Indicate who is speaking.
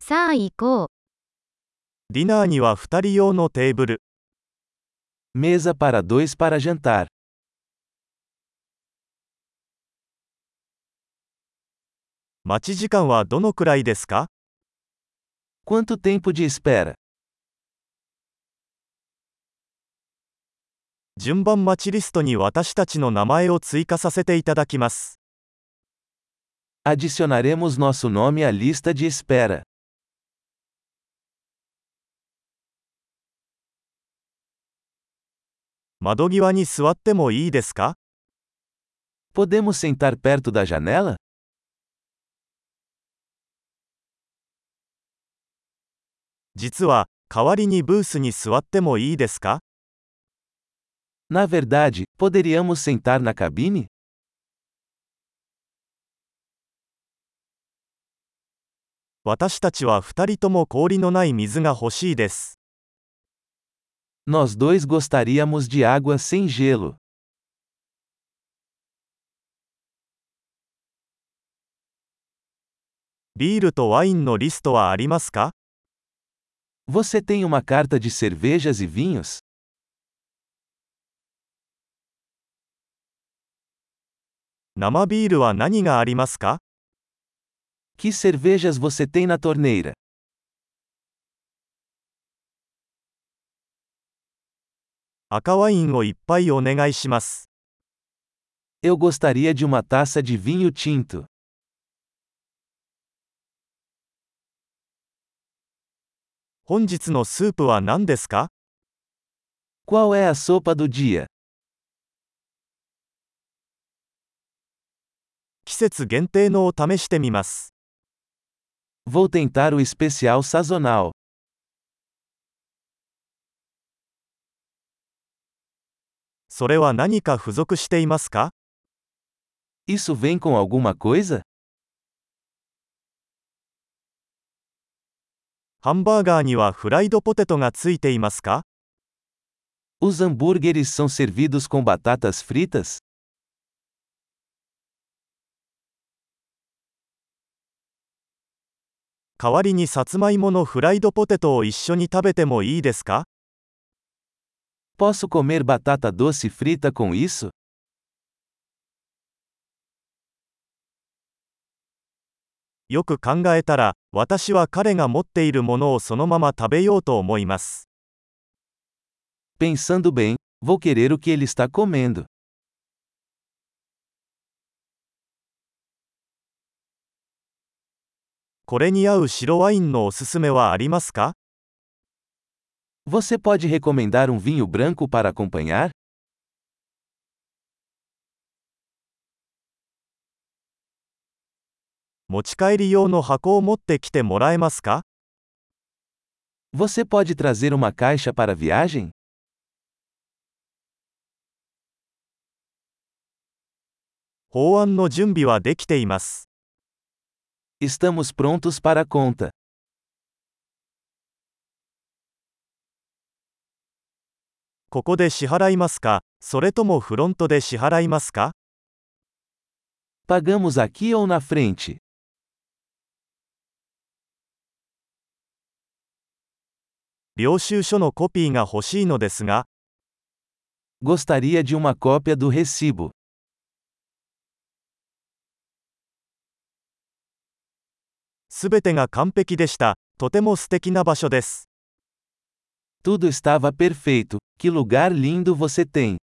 Speaker 1: さあ行こう。
Speaker 2: ディナーには2人用のテーブル。
Speaker 3: Mesa para dois para jantar.
Speaker 2: 待ち時間はどのくらいですか
Speaker 3: Quanto tempo de espera?
Speaker 2: 順番待ちリストに私たちの名前を追加させていただきます。
Speaker 3: Adicionaremos nosso nome à lista de espera.
Speaker 2: 窓際に座ってもいいですか
Speaker 3: Podemos sentar perto da janela?
Speaker 2: 実は、代わりにブースに座ってもいいですか
Speaker 3: Na verdade, poderíamos sentar na cabine?
Speaker 2: 私たちは2人とも氷のない水が欲しいです。
Speaker 3: Nós dois gostaríamos de água sem gelo.
Speaker 2: ビールとワインのリストはありますか
Speaker 3: Você tem uma carta de cervejas e vinhos?
Speaker 2: 生ビールは何がありますか
Speaker 3: Que cervejas você tem na torneira?
Speaker 2: 赤ワインをいっぱいお願いします。
Speaker 3: Eu gostaria de uma taça de vinho tinto.
Speaker 2: 本日のスープは何ですか
Speaker 3: Qual é a sopa do dia?
Speaker 2: 季節限定のを試してみます。
Speaker 3: Vou tentar o especial sazonal.
Speaker 2: それは何か付属していますか
Speaker 3: Isso vem com alguma coisa?
Speaker 2: ハンバーガーにはフライドポテトがついていますか
Speaker 3: Os hambúrgueres são servidos com batatas fritas?
Speaker 2: 代わりにさつまいものフライドポテトを一緒に食べてもいいですか
Speaker 3: Posso comer batata doce frita com isso?
Speaker 2: よく考えたら、私は彼が持っているものをそのまま食べようと思います。
Speaker 3: Pensando bem, vou querer o que ele está comendo.
Speaker 2: これに合う白ワインのおすすめはありますか
Speaker 3: Você pode recomendar um vinho branco para acompanhar?
Speaker 2: 持ち帰り用の箱を持ってきてもらえますか
Speaker 3: Você pode trazer uma caixa para a viagem?
Speaker 2: 法案の準備はできています。
Speaker 3: Estamos prontos para a conta.
Speaker 2: ここで支払いますかそれともフロントで支払いますか
Speaker 3: Pagamos aqui ou na frente?
Speaker 2: 領収書のコピーが欲しいのですが、
Speaker 3: Gostaria de uma cópia do recibo.
Speaker 2: すべてが完璧でした。とても素敵な場所です。
Speaker 3: Tudo estava perfeito. Que lugar lindo você tem!